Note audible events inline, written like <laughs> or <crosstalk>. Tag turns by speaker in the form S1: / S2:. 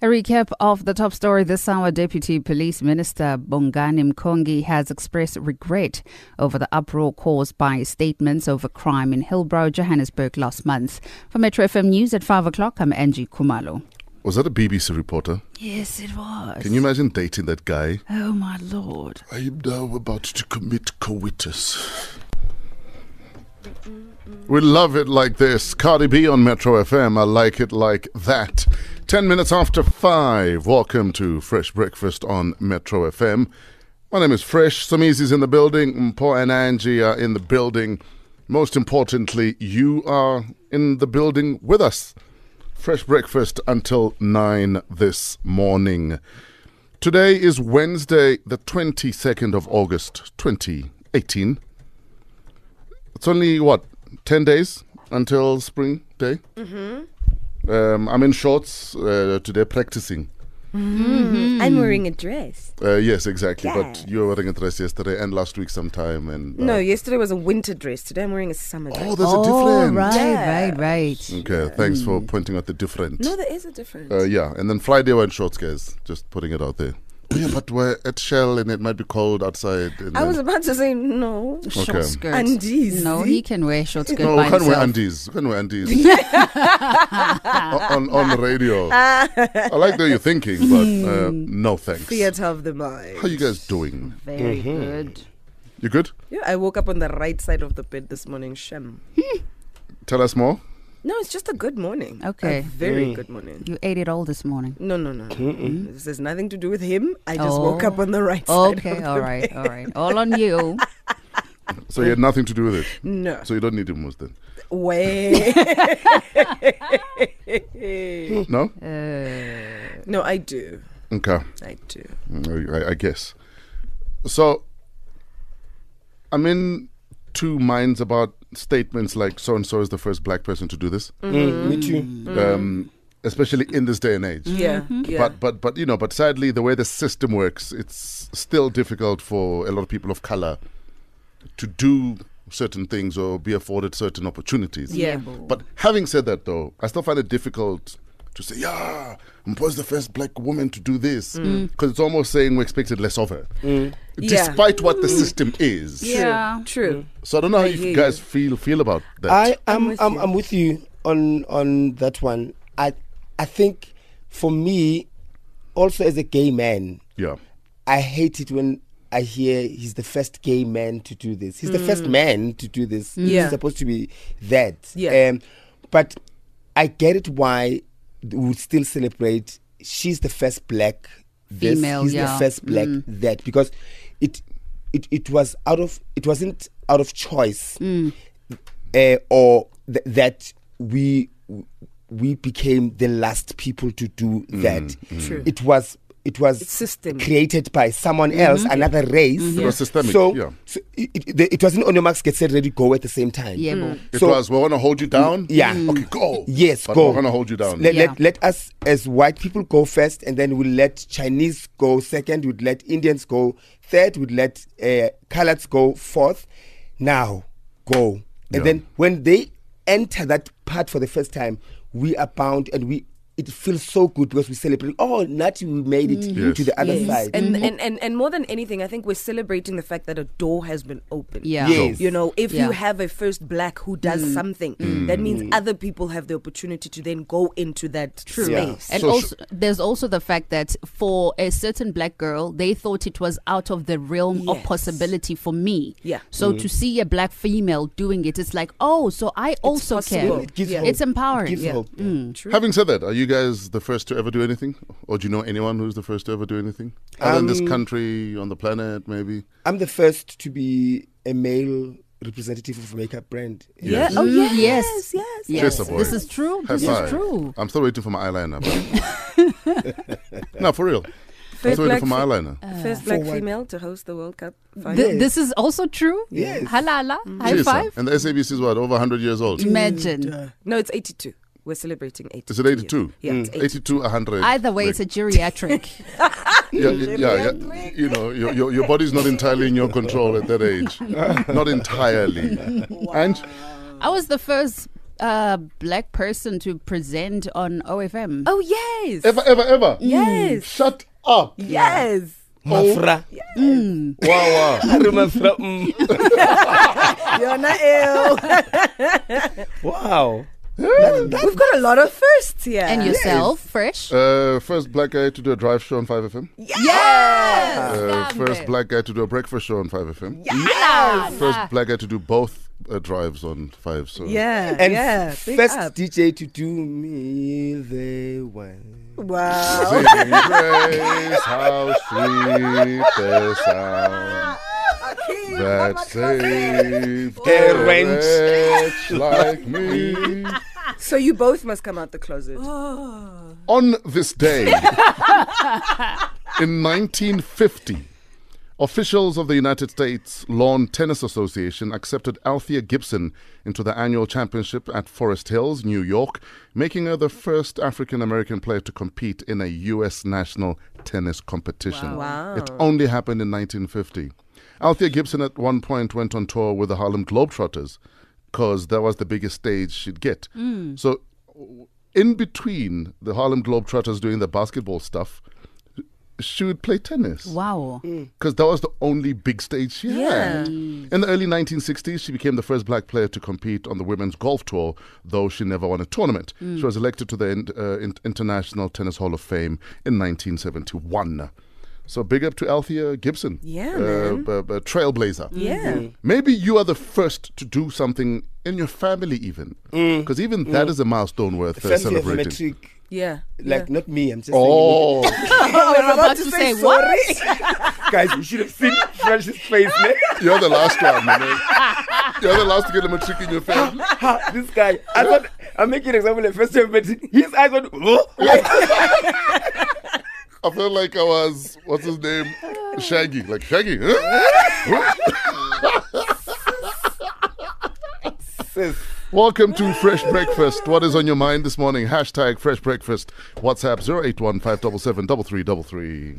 S1: A recap of the top story this hour Deputy Police Minister Bongani Mkongi has expressed regret over the uproar caused by statements over crime in Hillbrow, Johannesburg last month. For Metro FM News at 5 o'clock, I'm Angie Kumalo.
S2: Was that a BBC reporter?
S1: Yes, it was.
S2: Can you imagine dating that guy?
S1: Oh, my lord.
S2: I'm now about to commit coitus. We love it like this. Cardi B on Metro FM. I like it like that. 10 minutes after 5. Welcome to Fresh Breakfast on Metro FM. My name is Fresh. Samizi's in the building. Mpo and Angie are in the building. Most importantly, you are in the building with us. Fresh Breakfast until 9 this morning. Today is Wednesday, the 22nd of August, 2018. It's only, what, 10 days until spring day? Mm-hmm. Um, I'm in shorts uh, today practicing.
S3: I'm
S2: Mm-hmm.
S3: wearing a dress.
S2: Uh, yes, exactly.
S3: Yeah.
S2: But you were wearing a dress yesterday and last week sometime. And uh,
S3: No, yesterday was a winter dress. Today I'm wearing a summer dress.
S2: Oh, there's a difference.
S1: right,
S3: Yeah.
S1: right, right.
S2: Okay, thanks for pointing out the difference.
S3: Mm. no, there is a difference.
S2: Uh, yeah, and then Friday we're in shorts, guys. Just putting it out there. Oh, yeah, but we're at Shell and it might be cold outside. And
S3: I
S2: then-
S3: was about to say no.
S2: Okay.
S1: Short skirt.
S3: Undies.
S1: No, he can wear short skirt
S2: no,
S1: by
S2: we can't wear
S1: himself.
S2: undies. We can't wear undies. on, on on radio. I like the way you're thinking, but uh, no thanks.
S3: Theater of the mind.
S2: How you guys doing?
S1: Very good.
S2: You good?
S3: Yeah, I woke up on the right side of the bed this morning. Shem.
S2: Tell us more.
S3: No, it's just a good morning.
S1: Okay.
S3: A very
S2: Mm.
S3: good morning.
S1: You ate it all this morning.
S3: No, no, no. no. This has nothing to do with him. I just woke
S1: Oh.
S3: up on the right side.
S1: Okay,
S3: of
S1: all
S3: the
S1: right,
S3: bed.
S1: all right. All on
S2: <laughs>
S1: you.
S2: So you had nothing to do with it.
S3: <laughs> No.
S2: So you don't need hummus then.
S3: <laughs> Way.
S2: No?
S1: Uh,
S3: no, I do.
S2: Okay.
S3: I do.
S2: I, I guess. So, I'm in two minds about statements like so and so is the first black person to do this,
S4: Mm, me too.
S2: um, especially in this day and age.
S3: Yeah. Yeah.
S2: But but but you know, but sadly, the way the system works, it's still difficult for a lot of people of color to do certain things or be afforded certain opportunities.
S3: Yeah.
S2: But having said that, though, I still find it difficult to say, yeah, Mpo's the first black woman to do this.
S4: Mm.
S2: Because it's almost saying we expected less of her.
S3: Mm. Yeah.
S2: Despite what the system is.
S3: True.
S1: Yeah.
S3: True.
S2: So I don't know how
S3: hear
S2: you
S3: you.
S2: guys feel feel about that.
S4: I am.
S3: with
S4: I'm,
S3: you.
S4: I'm with you on on that one. I I think for me, also as a gay man,
S2: yeah.
S4: I hate it when I hear he's the first gay man to do this. He's the first man to do this.
S3: Mm. Yeah.
S4: He's supposed to be that.
S3: Yeah.
S4: Um, but I get it why th- we would still celebrate. She's the first black. this,
S1: Female,
S4: He's
S1: yeah.
S4: the first black
S3: Mm.
S4: that because it it it was out of it wasn't out of choice
S3: Mm.
S4: uh, or th- that we we became the last people to do that.
S3: True.
S4: It was it was
S3: It's systemic.
S4: created by someone else, another race.
S2: It was systemic,
S4: So,
S2: yeah.
S4: so it, it, the- it wasn't on your marks, get set, ready, go at the same time.
S1: Yeah, Mm.
S2: It
S4: So-
S2: was, we want to hold you down.
S4: Yeah.
S2: Okay, go.
S4: Yes,
S2: but
S4: go.
S2: We're going to hold you down.
S4: Let,
S1: Yeah.
S4: let, let us as white people go first, and then we'll let Chinese go second, we'd let Indians go third, we'd let uh, coloreds go fourth. Now, go.
S2: Yeah.
S4: And then when they enter that part for the first time, we are bound and we. It feels so good because we celebrate. Oh, Nati, we made it
S2: Mm. Yes.
S4: to the other
S3: Yes.
S4: side.
S3: And,
S1: Mm-hmm.
S3: and, and and more than anything, I think we're celebrating the fact that a door has been opened.
S1: Yeah.
S4: Yes.
S3: You know, if
S1: Yeah. Mm.
S3: you have a first black who does something, that means other people have the opportunity to then go into that
S4: Yeah.
S3: space.
S1: And
S2: So sh-
S1: also, there's also the fact that for a certain black girl, they thought it was out of the realm of
S3: Yes.
S1: possibility for me.
S3: Yeah.
S1: So
S4: Mm-hmm.
S1: to see a black female doing it, it's like, oh, so I also
S3: possible.
S1: can.
S4: It gives
S3: Yeah.
S4: hope.
S1: It's empowering.
S4: It gives
S1: Yeah. Mm.
S4: hope.
S2: Having said that, are you guys the first to ever do anything? Or do you know anyone who's the first to ever do anything? Other than this
S1: Um,
S2: country, on the planet, maybe?
S4: I'm the first to be a male representative of a makeup brand.
S2: Yes.
S3: Oh
S1: Mm,
S3: yes,
S1: yes.
S3: yes,
S1: Yes.
S2: Cheers, boy.
S1: This is true.
S2: High
S1: Oh, This
S2: five.
S1: is true.
S2: I'm still waiting for my eyeliner.
S1: <laughs>
S2: but- no, for real. I'm
S3: First
S2: still waiting
S3: black,
S2: for my
S3: fe-
S2: eyeliner.
S1: Uh,
S3: first
S4: For
S3: black
S4: what?
S3: female to host the World Cup. final.
S1: Th- this is also true.
S4: Yes.
S1: Halala.
S3: Mm-hmm.
S1: High
S2: Cheers,
S1: five. Mm.
S2: And the SABC is what, over 100 years old?
S1: Imagine.
S3: no, it's eighty-two. We're celebrating eighty.
S2: Is it Mm. 82?
S3: Yeah, it's 82.
S2: 82, 100.
S1: Either way, it's a geriatric.
S4: <laughs>
S2: yeah, yeah, yeah, yeah. You know, your, your, your body's not entirely in
S1: <laughs>
S2: your control at that age. not entirely. And
S1: I was the first uh, black person to present on OFM.
S3: Oh yes.
S2: Ever, ever, ever.
S3: Yes.
S2: Shut up.
S3: Yes.
S4: Mafra.
S1: Mm.
S2: Wow, wow.
S4: I remember, mm.
S3: You're not ill.
S4: <laughs> Wow.
S3: We've got a lot of firsts here.
S1: And yourself, fresh.
S2: Uh, first black guy to do a drive show on 5FM.
S3: Yes.
S2: Uh,
S1: Damn
S2: first
S1: it.
S2: black guy to do a breakfast show on 5FM.
S1: Ah,
S2: First black guy to do both uh, drives on 5. So
S3: Yeah.
S4: And
S3: yeah.
S4: f-
S3: big
S4: first <laughs>
S3: up.
S4: DJ to do me the one.
S3: Wow.
S2: Sing praise how sweet the sound that saved
S4: A
S2: a wretch
S4: wretch.
S2: like me.
S3: So you both must come out the closet.
S4: Oh.
S2: On this day, in 1950, officials of the United States Lawn Tennis Association accepted Althea Gibson into the annual championship at Forest Hills, New York, making her the first African American player to compete in a U.S. national tennis competition.
S3: Wow.
S2: It only happened in 1950. Althea Gibson at one point went on tour with the Harlem Globetrotters because that was the biggest stage she'd get. So, w- in between the Harlem Globetrotters doing the basketball stuff, she would play tennis
S1: Wow.
S2: because that was the only big stage she had. In the early 1960s, she became the first black player to compete on the women's golf tour, though she never won a tournament.
S3: Hmm.
S2: She was elected to the in- uh, in- International Tennis Hall of Fame in 1971. So big up to Althea Gibson.
S3: Yeah,
S2: uh,
S3: man.
S2: b- b- trailblazer.
S3: Yeah.
S4: Mm-hmm.
S2: Maybe you are the first to do something in your family, even. Because even that is a milestone worth uh,
S4: First year of
S2: celebrating.
S4: matric.
S3: Yeah.
S4: Like not me. I'm just saying.
S2: Oh,
S3: Oh,
S1: we're about to say what?
S4: <laughs> Guys, you should have seen Fresh's face. man.
S2: you're the last one, man. You're the last to get a matric in your family.
S4: Ha, this guy. I thought I'm making an example. Like first year of matric. His eyes went. <laughs>
S2: I felt like I was what's his name, Shaggy. Like Shaggy. huh?
S4: Sis.
S2: Welcome to Fresh Breakfast. What is on your mind this morning? Hashtag Fresh Breakfast. WhatsApp zero eight one five double seven double three double three.